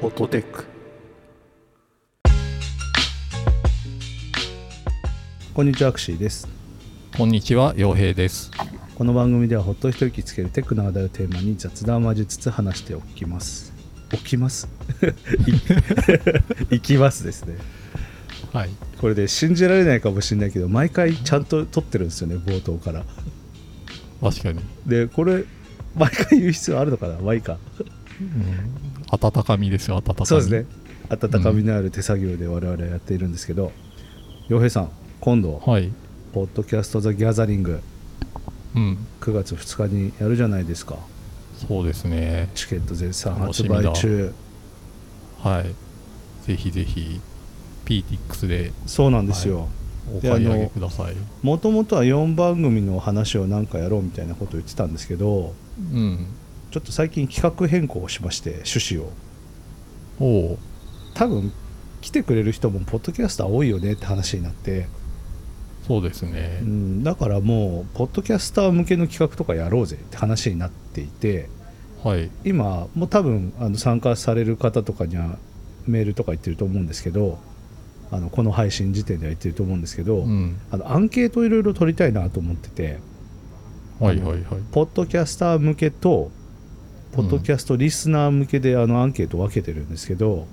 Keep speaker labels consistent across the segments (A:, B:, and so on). A: フォトテック
B: こんにちはアクシーです
C: こんにちは、洋平です。
B: この番組ではほっと一息つけるテックの話題をテーマに雑談を交えつつ話しておきますおきます いいきますですね
C: はい。
B: これで信じられないかもしれないけど毎回ちゃんと撮ってるんですよね冒頭から
C: 確かに。
B: でこれ毎回言う必要あるのかなまあいいか
C: うん、温かみですよ、温かみ。
B: そうですね。温かみのある手作業で我々はやっているんですけど洋、平さん今度
C: はい。
B: ポッドキャスト・ザ・ギャザリング
C: うん。
B: 9月2日にやるじゃないですか
C: そうですね。
B: チケット絶賛
C: 楽
B: 発
C: しみだ
B: 売中
C: はい。ぜひぜひ、PTX で
B: そうなんですよ、
C: お
B: で
C: 買い
B: あ
C: 上
B: の
C: げください。
B: もともとは4番組の話を何かやろうみたいなことを言ってたんですけど
C: うん。
B: ちょっと最近企画変更をしまして趣旨を
C: おう
B: 多分来てくれる人もポッドキャスター多いよねって話になって、
C: そうですね
B: う。ん、だからもうポッドキャスター向けの企画とかやろうぜって話になっていて
C: はい。
B: 今もう多分あの参加される方とかにはメールとか言ってると思うんですけどあのこの配信時点では言ってると思うんですけど、
C: うん。
B: あのアンケートをいろいろ取りたいなと思ってて。
C: はいはいはい。
B: ポッドキャスター向けとポッドキャストリスナー向けであのアンケートを分けてるんですけど、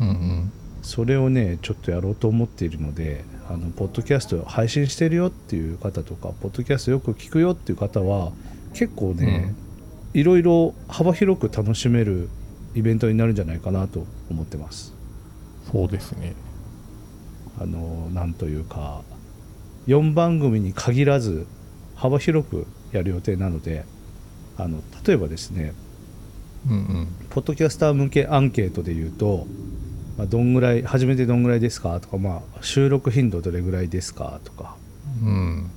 C: うんうん。
B: それをねちょっとやろうと思っているのであのポッドキャスト配信してるよっていう方とかポッドキャストよく聞くよっていう方は結構ね、いろいろ幅広く楽しめるイベントになるんじゃないかなと思ってます。
C: そうですね。
B: あのなんというか4番組に限らず幅広くやる予定なのであの例えばですね
C: うん
B: ポッドキャスター向けアンケートで言うと、まあ、どんぐらい初めてどんぐらいですかとか、まあ、収録頻度どれぐらいですかとか
C: うん。うん。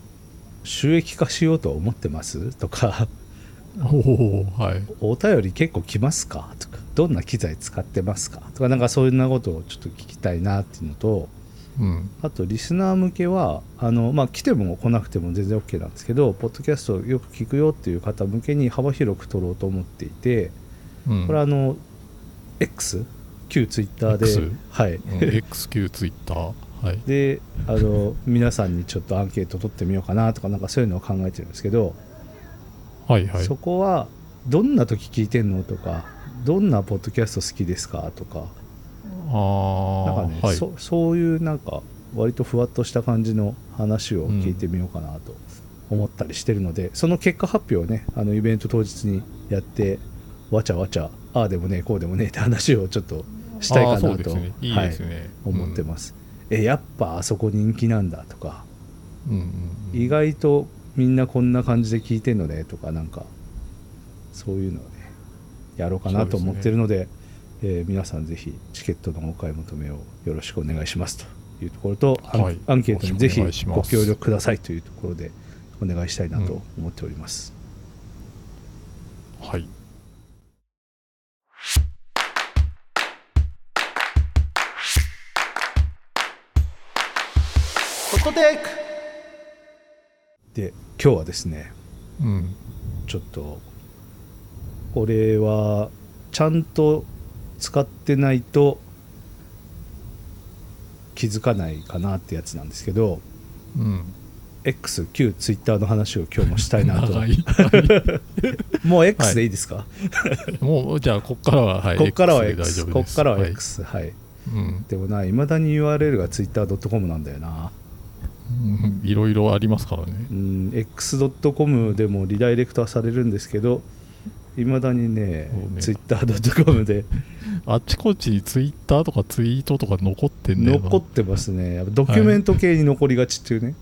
B: 収益化しようとは思ってますとか
C: おおはい。
B: お便り結構来ますかとかどんな機材使ってますかとかなんかそういうなことをちょっと聞きたいなっていうのと
C: うん。
B: あとリスナー向けはあの、まあ、来ても来なくても全然 OK なんですけどポッドキャストよく聞くよっていう方向けに幅広く取ろうと思っていて
C: うん。
B: これあの X 旧 Twitter で、
C: X
B: はい、
C: うん XQ ツイッター。はい。
B: であの皆さんにちょっとアンケート取ってみようかなとかなんかそういうのを考えてるんですけど、
C: はいはい
B: そ。こはどんな時聞いてんのとかどんなポッドキャスト好きですかとかなん
C: あ
B: か
C: あ
B: ね、
C: ー、はい。
B: そそういうなんか割とふわっとした感じの話を聞いてみようかなと思ったりしてるので、その結果発表をねあのイベント当日にやってわちゃわちゃああでもねこうでもねって話をちょっとしたい
C: あ
B: か
C: ーそ
B: な
C: うで
B: と
C: すね。いいですね。
B: はい、思ってます、えやっぱあそこ人気なんだとか
C: うんうんうん
B: 意外とみんなこんな感じで聞いてんのねとかなんかそういうのをねやろうかなと思ってるのでえー皆さんぜひチケットのお買い求めをよろしくお願いしますというところと、アン
C: はい
B: アンケートにぜひ
C: よろしくお願
B: ご
C: いしま
B: 協
C: す
B: 力くださいというところでお願いしたいなと思っております、
C: はい。
B: で今日はですね
C: うん。
B: ちょっとこれはちゃんと使ってないと気づかないかなってやつなんですけど、
C: うん。
B: X 旧 Twitter の話を今日もしたいなと
C: 長い。
B: もう X でいいですか、
C: もう、じゃあ、こっからは、はい。
B: こっからは
C: X で大
B: X こ
C: 丈夫で
B: っ
C: す
B: からは X はい、
C: はいうん
B: でもないまだに URL が Twitter.com なんだよな
C: うん。いろいろありますからね。
B: うん X.com でもリダイレクトはされるんですけどいまだにね
C: そうね
B: Twitter.com で
C: あっちこっちにツイッターとかツイートとか残ってんね
B: 残ってますねやっぱドキュメント系に残りがちっていうね、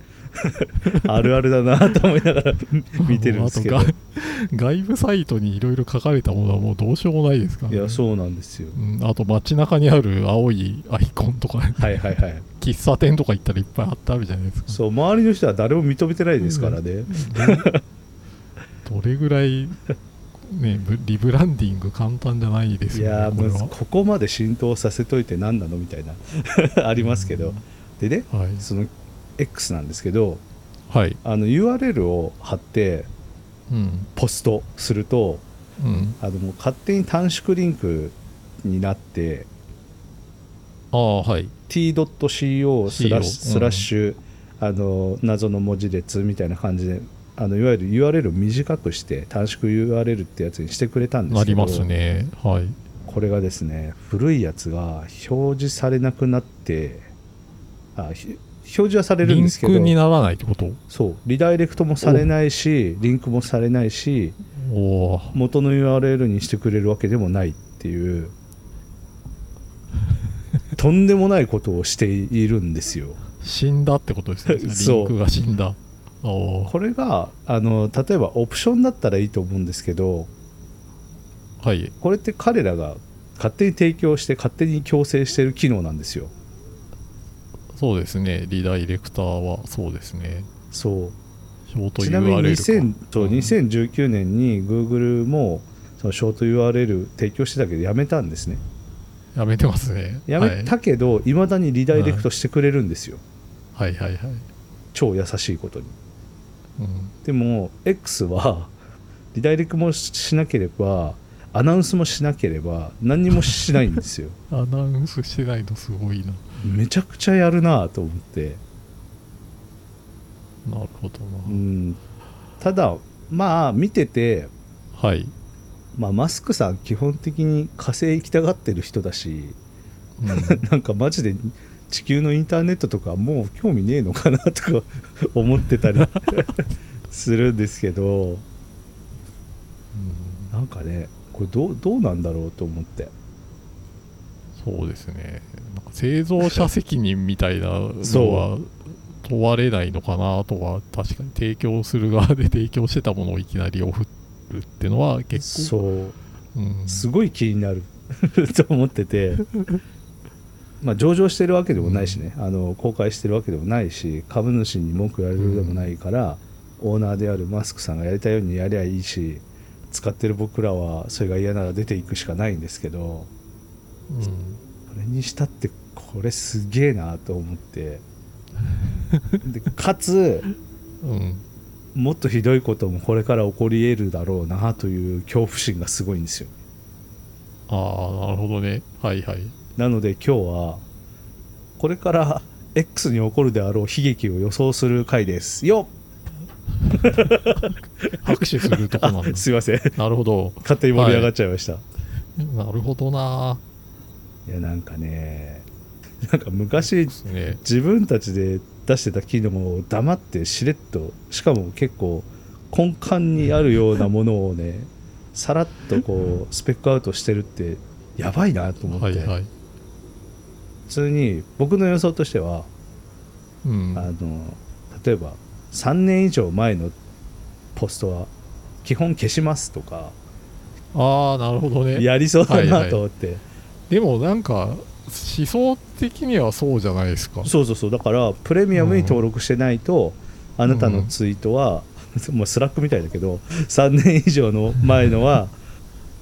B: あるあるだなと思いながら 見てるんですけど
C: あとが 外部サイトにいろいろ書かれたものはもうどうしようもないですから、
B: い
C: ね。
B: やそうなんですよ
C: うん。あと街中にある青いアイコンとか、
B: はいはいはい
C: 喫茶店とか行ったらいっぱい貼ってあるじゃないですか。
B: そう周りの人は誰も認めてないですからね、
C: どれぐらい、ね、ブリブランディング簡単じゃないです
B: い
C: よね。
B: やー
C: これ
B: むずここまで浸透させといて何なのみたいな ありますけど、でね
C: は。はい。
B: その X なんですけど
C: はい。
B: あの URL を貼って
C: うん。
B: ポストすると
C: うん。
B: あのもう勝手に短縮リンクになって
C: ああはい。
B: t.co スラッ
C: CO
B: シュスラッシュ、あの謎の文字列みたいな感じであのいわゆる URL を短くして短縮 URL ってやつにしてくれたんで
C: な
B: すけ
C: り
B: ど
C: ますね。はい。
B: これがですね古いやつが表示されなくなってあひ表示はされる
C: リ
B: ん
C: ン
B: ですけ
C: クに
B: ど
C: ならないってこと
B: そうリダイレクトもされないしリンクもされないし
C: おお。
B: 元の URL にしてくれるわけでもないっていう とんでもないことをしているんですよ。
C: 死んだってことですね。
B: そう
C: リンクが死んだ。おお。
B: これがあの例えばオプションだったらいいと思うんですけど
C: はい。
B: これって彼らが勝手に提供して勝手に強制してる機能なんですよ。
C: そうですね。リダイレクターはそうですね。
B: そう
C: ショート
B: ちなみに
C: URL
B: 2000
C: か。
B: と
C: うん
B: 2019年に Google もそのショート URL 提供してたけどやめたんですね
C: やめてますね。
B: やめたけど、いまだにリダイレクトしてくれるんですよ、
C: はい、はい、はいはい。
B: 超優しいことに
C: うん
B: でも X はリダイレクトもしなければアナウンスもしなければ何にもしないんです よ
C: アナウンスしてないのすごいな。
B: めちゃくちゃやるなと思って
C: なるほどな。
B: うんただまあ見てて、
C: はい。
B: まあ、マスクさん基本的に火星行きたがってる人だし
C: うん
B: なんかマジで地球のインターネットとかもう興味ねえのかなとか 思ってたり するんですけど
C: うん
B: なんかねこれどうどうなんだろうと思って
C: そうですね。なんか製造者責任みたいなのは
B: そ
C: 問われないのかなとは、確かに提供する側で提供してたものをいきなりオフるってのは結構、
B: そう
C: うん
B: すごい気になる と思っててまあ上場してるわけでもないしね、あの公開してるわけでもないし株主に文句言われるでもないから、オーナーであるマスクさんがやりたいようにやりゃいいし使ってる僕らはそれが嫌なら出ていくしかないんですけど。
C: うん
B: これにしたってこれすげえなと思ってでかつ
C: うん、
B: もっとひどいこともこれから起こり得るだろうなという恐怖心がすごいんですよ
C: ああなるほどねはいはい
B: なので今日はこれから X に起こるであろう悲劇を予想する回ですよ
C: 拍手するとこなん
B: っ
C: だ
B: すいません
C: なるほど
B: 勝手に盛り上がっちゃいました、、
C: なるほどない
B: やなんかねなんか昔
C: ですね
B: 自分たちで出してた機能を黙ってしれっとしかも結構根幹にあるようなものをね さらっとこうスペックアウトしてるってやばいなと思って、
C: はいはい
B: 普通に僕の予想としては、
C: うん
B: あの例えば3年以上前のポストは基本消しますとか
C: ああなるほどね
B: やりそうだ
C: はいは
B: ないと思って、
C: でもなんか思想的にはそうじゃないですか
B: そうそうそうだからプレミアムに登録してないと、あなたのツイートは、 もうスラックみたいだけど3年以上の前の は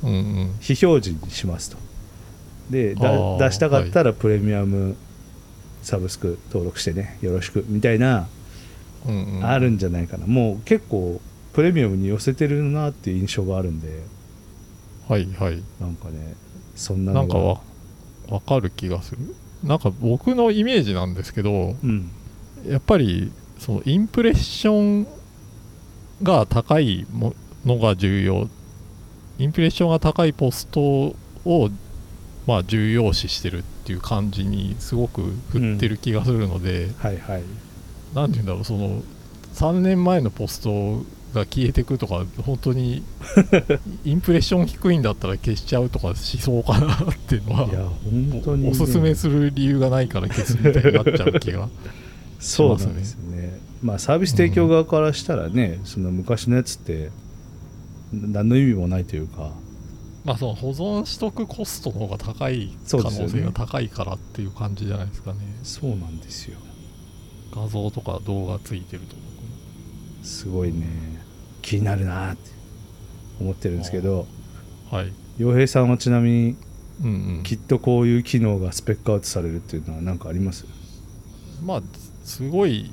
C: うんうん
B: 非表示にしますとでだ
C: あー
B: 出したかったらプレミアムサブスク登録してねよろしくみたいな、
C: うんうん
B: あるんじゃないかなもう結構プレミアムに寄せてるなっていう印象があるんで
C: はいはい
B: なんかねそんな
C: な
B: の
C: ん
B: が
C: かわわかる気がするなんか僕のイメージなんですけど
B: うん
C: やっぱりそのインプレッションが高いものが重要インプレッションが高いポストをまあ重要視してるっていう感じにすごく振ってる気がするので
B: はいはい
C: 何、なん、て言うんだろうその3年前のポストが消えてくとか本 当にインプレッション低いんだったら消しちゃうとかしそうかなっていうのはい
B: や本当にね、
C: おすすめする理由がないから消すみたいになっちゃう気が
B: そうなんですよね。まあサービス提供側からしたらね、その昔のやつって何の意味もないというか、
C: まあその保存しとくコストの方が高い可
B: そうで
C: 能
B: すよね
C: 性が高いからっていう感じじゃないですかね
B: そうなんですよ。
C: 画像とか動画ついてると
B: すごいね、気になるなって思ってるんですけど、
C: はい
B: 洋平さんはちなみに
C: うんうん
B: きっとこういう機能がスペックアウトされるっていうのは何かあります？
C: まあすごい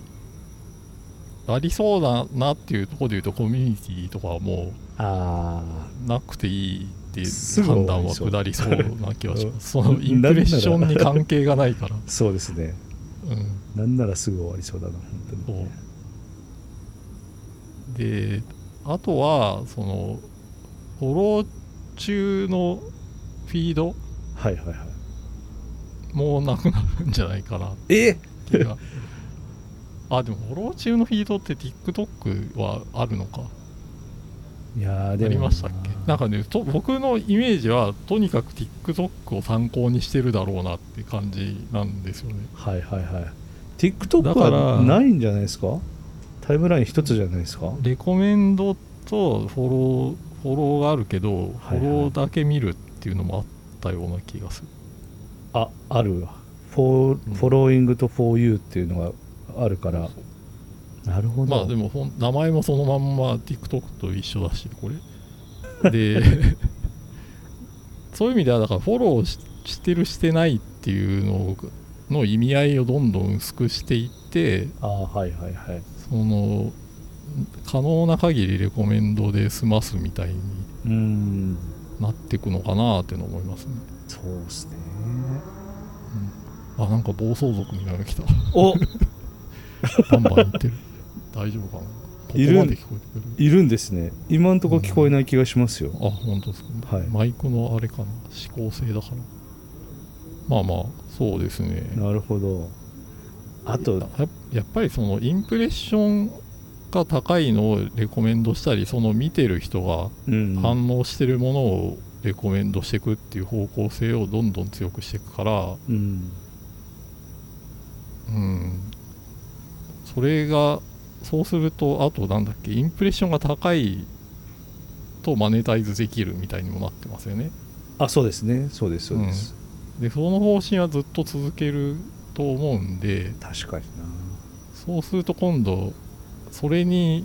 C: ありそうだなっていうところで言うとコミュニティとかはも
B: ああ、
C: うなくていいってい
B: す
C: う
B: ぐ
C: 判
B: 終わ
C: 断
B: り
C: は
B: そう
C: 下りそうな気はします。
B: うん
C: そのインプレッションに関係がないから。
B: そうですね
C: うん
B: なんならすぐ終わりそうだな本当に
C: そうであとはそのフォロー中のフィード
B: はいはいはい
C: もうなくなるんじゃないかなっ
B: え
C: ていう気があでもフォロー中のフィードって TikTok はあるのか
B: いやー
C: あ
B: でも
C: りましたっけなんかねと僕のイメージはとにかく TikTok を参考にしてるだろうなって感じなんですよね
B: はいはいはい
C: だ
B: TikTok
C: から
B: はないんじゃないですかタイムライン一つじゃないですか
C: レコメンドとフォローフォローがあるけどフ
B: はいはい
C: ォローだけ見るっていうのもあったような気がする
B: ああるわフォ
C: う
B: ー
C: ん
B: フォローイングと 4U っていうのがあるからなるほど、
C: まあでもほん名前もそのまんま TikTok と一緒だしこ れで そういう意味ではだからフォローししてるしてないっていうのの意味合いをどんどん薄くしていって
B: ああはいはいはい
C: その可能な限りレコメンドで済ますみたいに
B: うーん
C: なっていくのかなっていうのを思いますね、
B: そうですね
C: うんあなんか暴走族みたいなの来た
B: お
C: バンバン行ってる 大丈夫かなここま
B: いる
C: で聞こえてくる
B: いるんですね今んとこ聞こえない気がしますよ、
C: あ本当ですか、
B: はい
C: マイクのあれかな指向性だからまあまあそうですね
B: なるほどあと
C: ややっぱりそのインプレッションが高いのをレコメンドしたりその見てる人が
B: うん
C: 反応してるものをレコメンドしていくっていう方向性をどんどん強くしていくから
B: うん
C: うんそれがそうするとあとなんだっけインプレッションが高いとマネタイズできるみたいにもなってますよね
B: あそうですねそうですそうです、
C: でその方針はずっと続けると思うんで
B: 確かにな
C: そうすると今度それに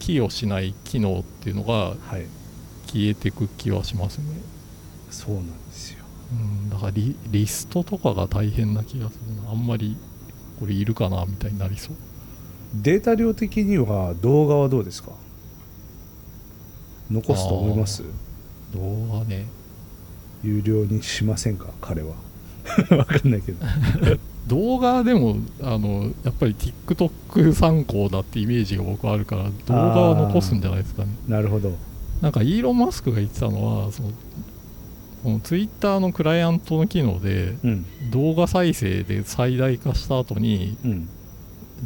C: 寄与しない機能っていうのが
B: はい
C: 消えてく気はしますね、
B: そうなんですよ
C: うん、だからリリストとかが大変な気がするなあんまりこれいるかなみたいになりそう
B: データ量的には動画はどうですか残すと思います
C: 動画ね
B: 有料にしませんか彼は わかんないけど
C: 動画でもあのやっぱり TikTok 参考だってイメージが僕はあるから動画は残すんじゃないですかね
B: なるほど
C: なんかイーロン・マスクが言ってたのはそのこのツイッターのクライアントの機能で
B: うん
C: 動画再生で最大化した後に
B: うん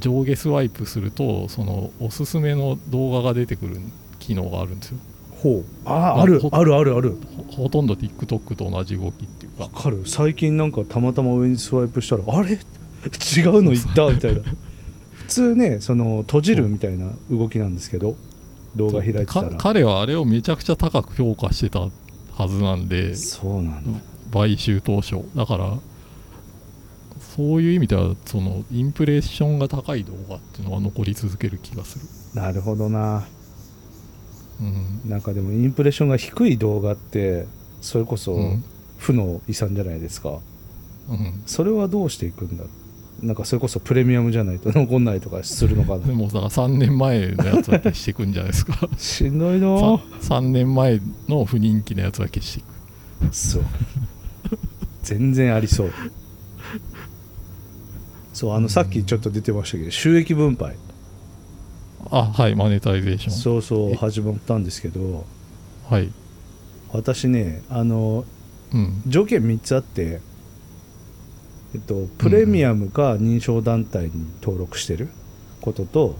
C: 上下スワイプするとそのおすすめの動画が出てくる機能があるんですよ
B: ほうああ
C: あ
B: ある
C: ほ
B: あるあるある
C: ほほとんど TikTok と同じ動きっていうか
B: わかる最近なんかたまたま上にスワイプしたらあれ違うのいったみたいな普通ねその閉じるみたいな動きなんですけど動画開いてた
C: から彼はあれをめちゃくちゃ高く評価してたはずなんで
B: そうなんだ
C: 買収当初だからそういう意味ではそのインプレッションが高い動画っていうのは残り続ける気がする
B: なるほどな
C: うん
B: なんかでもインプレッションが低い動画ってそれこ
C: う
B: そ
C: ん
B: 負の遺産じゃないですか、
C: うん
B: それはどうしていくんだなんかそれこそプレミアムじゃないと残んないとかするのか
C: で
B: な
C: もさ3年前のやつは消していくんじゃないですか
B: しんどいの
C: 3, 年前の不人気のやつは消していく
B: そう全然ありそうそうあのさっきちょっと出てましたけど収益分配
C: あはいマネタイゼーション
B: そうそ
C: え
B: う始まったんですけど
C: はい
B: 私ねあの
C: うん
B: 条件3つあってえっと、プレミアムか認証団体に登録してることと、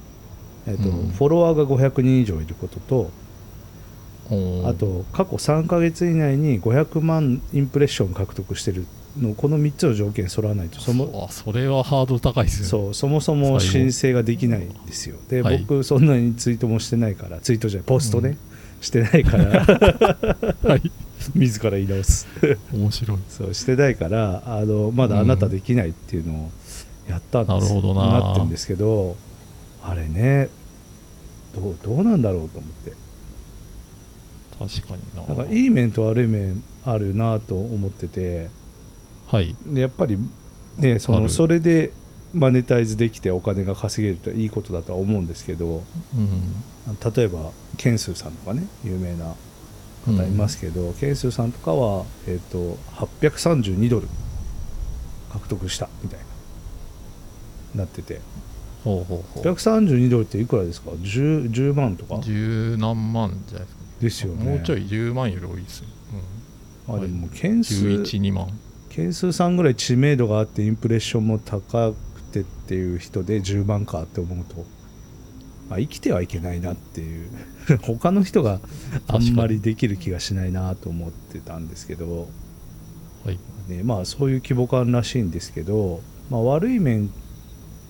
B: えっと
C: うん
B: フォロワーが500人以上いることと、
C: おー
B: あと過去3ヶ月以内に500万インプレッション獲得してるのこの3つの条件揃わないとそも
C: そうあそれはハードル高いですよね
B: そうそもそも申請ができないんですよで、
C: はい
B: 僕そんなにツイートもしてないからツイートじゃないポストね、してないから
C: はい
B: 自ら言い直す
C: 面白い
B: そうしてないからあのまだあなたできないっていうのをやったんです、
C: うんなるほどな
B: ってんですけどあれねどうどうなんだろうと思って
C: 確かにな
B: なんかいい面と悪い面あるなと思ってて
C: はい
B: でやっぱりねそ
C: あ
B: の
C: る
B: それでマネタイズできてお金が稼げるといいことだとは思うんですけど
C: うん
B: 例えばケンスーさんとかね有名な方いますけど、ケンスーさんとかは、えっと832ドル獲得したみたいななってて
C: ほうほうほう
B: 832ドルっていくらですか 10, 10万とか
C: 十何万じゃないですか
B: ですよね
C: もうちょい10万より多いですよ、
B: あでもケン
C: うん、
B: スー
C: 112万
B: ケンスーさんぐらい知名度があってインプレッションも高くてっていう人で10万かって思うと、まあ、生きてはいけないなっていう 他の人があんまりできる気がしないなと思ってたんですけど
C: はい
B: ねまあ、そういう規模感らしいんですけど、まあ、悪い面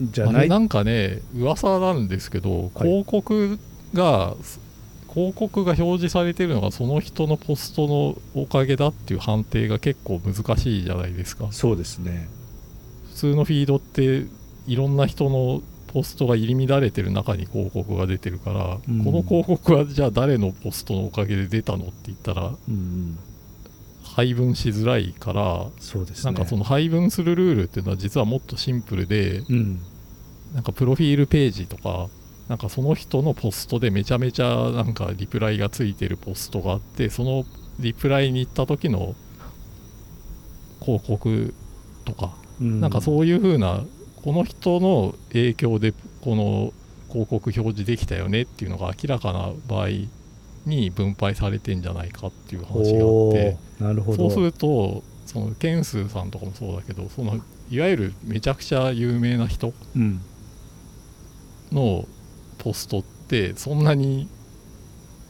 B: じゃ
C: あ
B: な
C: れ
B: い
C: なんかね噂なんですけど広告が、広告が表示されてるのがその人のポストのおかげだっていう判定が結構難しいじゃないですか
B: そうですね
C: 普通のフィードっていろんな人のポストが入り乱れてる中に広告が出てるから、
B: うん
C: この広告はじゃあ誰のポストのおかげで出たのって言ったら
B: うん
C: 配分しづらいから
B: そうです
C: な
B: ね
C: んかその配分するルールっていうのは実はもっとシンプルで
B: うん
C: なんかプロフィールページとかなんかその人のポストでめちゃめちゃなんかリプライがついてるポストがあってそのリプライに行った時の広告とか
B: うん
C: なんかそういう風なこの人の影響でこの広告表示できたよねっていうのが明らかな場合に分配されてんじゃないかっていう話があっ
B: お
C: て
B: ー。なるほ
C: そ
B: ど
C: うするとそのケンスーさんとかもそうだけどそのいわゆるめちゃくちゃ有名な人
B: うん、
C: のポストってそんなに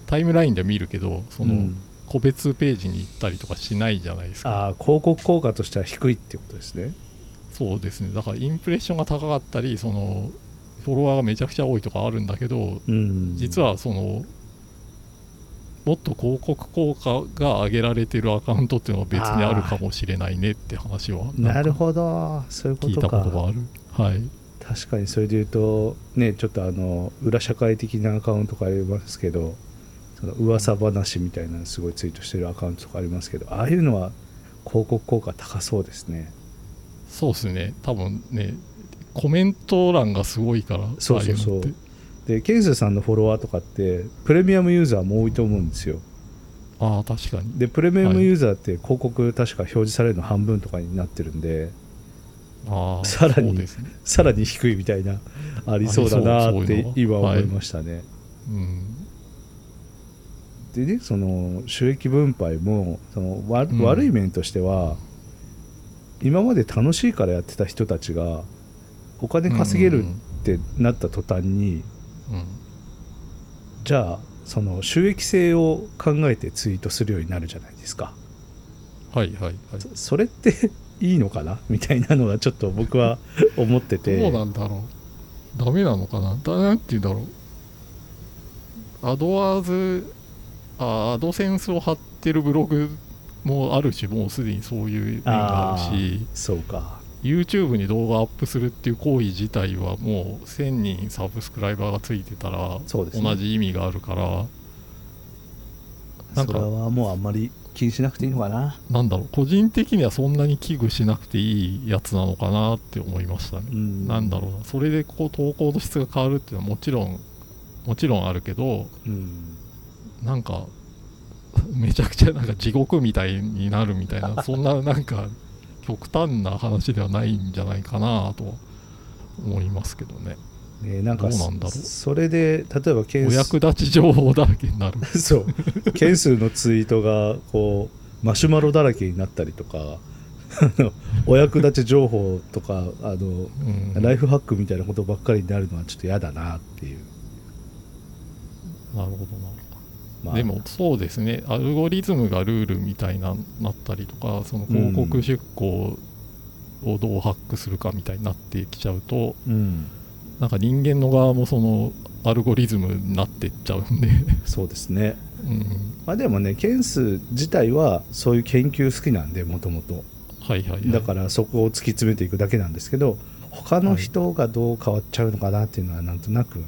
C: タイムラインでは見るけどそうの
B: ん
C: 個別ページに行ったりとかしないじゃないですか、
B: ああ広告効果としては低いってことですね
C: そうですねだからインプレッションが高かったりそのフォロワーがめちゃくちゃ多いとかあるんだけど
B: うん
C: 実はそのもっと広告効果が上げられてるアカウントっていうのが別にあるかもしれないねって話は
B: なる
C: ほ
B: ほどそういうこ
C: 聞い
B: と
C: たこ
B: か
C: とがあるはい
B: 確かにそれで言うとねちょっとあの裏社会的なアカウントとかありますけどその噂話みたいなのすごいツイートしてるアカウントとかありますけどああいうのは広告効果高そうですね
C: そうですね、多分ね、コメント欄がすごいから、
B: そうそうそう
C: ああいのって
B: でケンスーさんのフォロワーとかってプレミアムユーザーも多いと思うんですよ
C: ああ、確かに。
B: でプレミア
C: は
B: ム
C: い
B: ユーザーって広告確か表示されるの半分とかになってるんで、
C: ああ、
B: さらに
C: そうですね。
B: さらに低いみたいなありそうだなーっ
C: あり
B: て
C: そうそういう
B: 今
C: のは
B: 思いましたね、
C: うん。
B: でねその収益分配もそのわ、
C: うん
B: 悪い面としては今まで楽しいからやってた人たちがお金稼げるってなった途端に、
C: うん。うん
B: じゃあその収益性を考えてツイートするようになるじゃないですか
C: はいはいはい。
B: そそれって いいのかなみたいなのがちょっと僕 は思ってて
C: どうなんだろう。ダメなのかな。だなんて言うんだろう。アドワーズ、あアドセンスを貼ってるブログもあるし、もうすでにそういう面があるし。
B: そうか
C: YouTube に動画アップするっていう行為自体はもう1000人サブスクライバーがついてたら
B: そう
C: 同
B: ですね
C: じ意味があるからなん
B: それ
C: か
B: はもうあんまり気にしなくていいのかな
C: なんだろう個人的にはそんなに危惧しなくていいやつなのかなって思いましたね
B: う、ん
C: なんだろうなそれでこう投稿の質が変わるっていうのはもちろんもちろんあるけど
B: うん
C: なんかめちゃくちゃなんか地獄みたいになるみた いなそんななんか極端な話ではないんじゃないかなとは思いますけどね
B: ね、なんか
C: どうなんだろう
B: それで例えばケン
C: お
B: ス
C: 役立ち情報だらけになる
B: そう件数のツイートがこうマシュマロだらけになったりとか あのお役立ち情報とかあの
C: うん
B: ライフハックみたいなことばっかりになるのはちょっと嫌だなっていう、
C: なるほどな、
B: まあ、
C: でもそうですねアルゴリズムがルールみたいななったりとかその広告出稿をどうハックするかみたいになってきちゃうと、
B: うん
C: なんか人間の側もそのアルゴリズムになってっちゃうんで、
B: そうですね
C: うん、
B: まあでもね件数自体はそういう研究好きなんでもともと
C: はいはい、はい、
B: だからそこを突き詰めていくだけなんですけど他の人がどう変わっちゃうのかなっていうのはなんとなく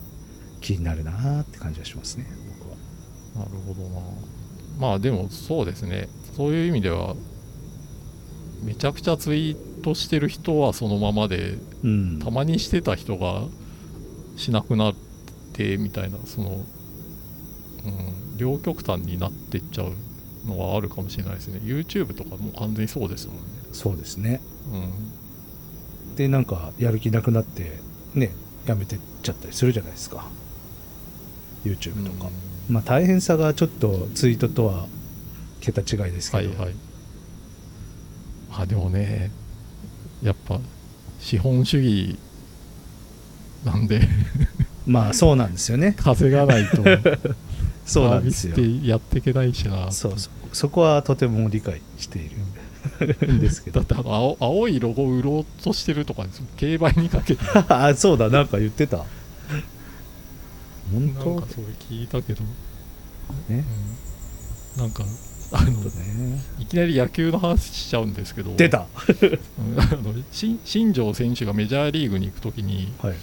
B: 気になるなって感じがしますね僕は
C: なるほどなまあでもそうですねそういう意味ではめちゃくちゃツイートしてる人はそのままで
B: うん
C: たまにしてた人がしなくなってみたいなそのうん、両極端になっていっちゃうのはあるかもしれないですね YouTube とかもう完全にそうですもんね
B: そうですね
C: う
B: でなんかやる気なくなってねやめてっちゃったりするじゃないですか YouTube
C: ん
B: とか、まあ大変さがちょっとツイートとは桁違いですけ
C: は
B: ど、
C: いはいあでもねやっぱ資本主義なんで
B: まあそうなんですよね
C: 風がないと
B: そう
C: サ
B: な
C: ー
B: んで
C: ビ
B: す
C: スっ
B: よ
C: てやっていけないしな
B: そうそそこはとても理解しているん ですけど
C: だってあの青青いロゴ売ろうとしてるとかです競売にかけて
B: あそうだなんか言ってた
C: なん
B: 本
C: か
B: 当
C: それ聞いたけど、
B: ね
C: うんなんか あの
B: ね
C: いきなり野球の話しちゃうんですけど
B: 出た
C: うんあの新新庄選手がメジャーリーグに行くときに
B: はい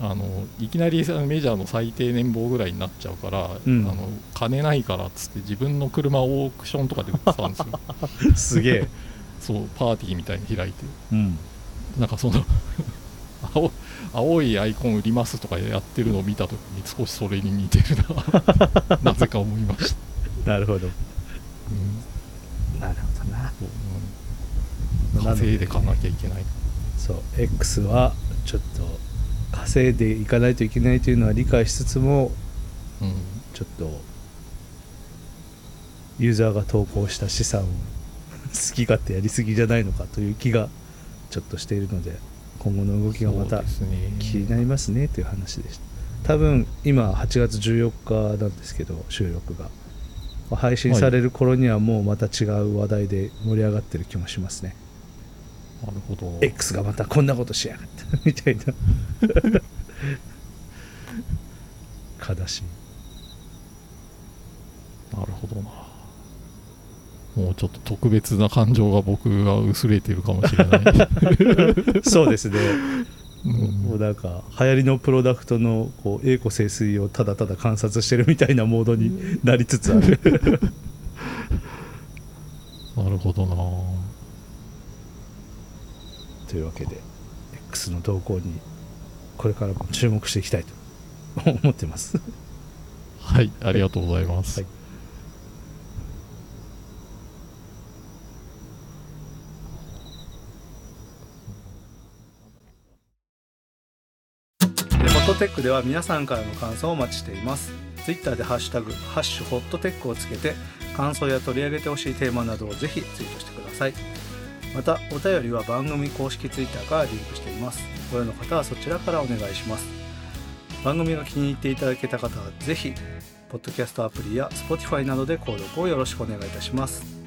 C: あのいきなりあのメジャーの最低年俸ぐらいになっちゃうから、
B: うん
C: あの金ないからっつって自分の車をオークションとかで売ってた んですよ
B: すげ え
C: そうパーティーみたいに開いて
B: うん
C: なんかその 青青いアイコン売りますとかやってるのを見た時に少しそれに似て るななぜか思いました、
B: なるほど
C: うん
B: なるほどな
C: そううん
B: なので
C: 稼いでかなきゃいけない
B: そう X はちょっと稼いでいかないといけないというのは理解しつつも
C: うん
B: ちょっとユーザーが投稿した資産を 好き勝手やりすぎじゃないのかという気がちょっとしているので今後の動きがま
C: そう
B: た
C: ですね
B: 気になりますねという話でした多分今8月14日なんですけど収録が配信される頃にはもうまた違う話題で盛り上がってる気もしますね、
C: なるほど
B: X がまたこんなことしやがった みたいな悲しい
C: なるほどな。もうちょっと特別な感情が僕は薄れてるかもし れない。
B: そうですね、
C: うん
B: もうなんか流行りのプロダクトのこう栄枯盛衰をただただ観察してるみたいなモードになりつつある
C: なるほどな。
B: というわけで X の動向にこれからも注目していきたいと思ってます
C: はい、ありがとうございます。
B: はいでホットテックでは皆さんからの感想をお待ちしていますツイッターでハッシュタグハッシュホットテックをつけて感想や取り上げてほしいテーマなどをぜひツイートしてくださいまたお便りは番組公式ツイッターからリンクしていますご用の方はそちらからお願いします番組が気に入っていただけた方はぜひポッドキャストアプリや Spotify などで購読をよろしくお願いいたします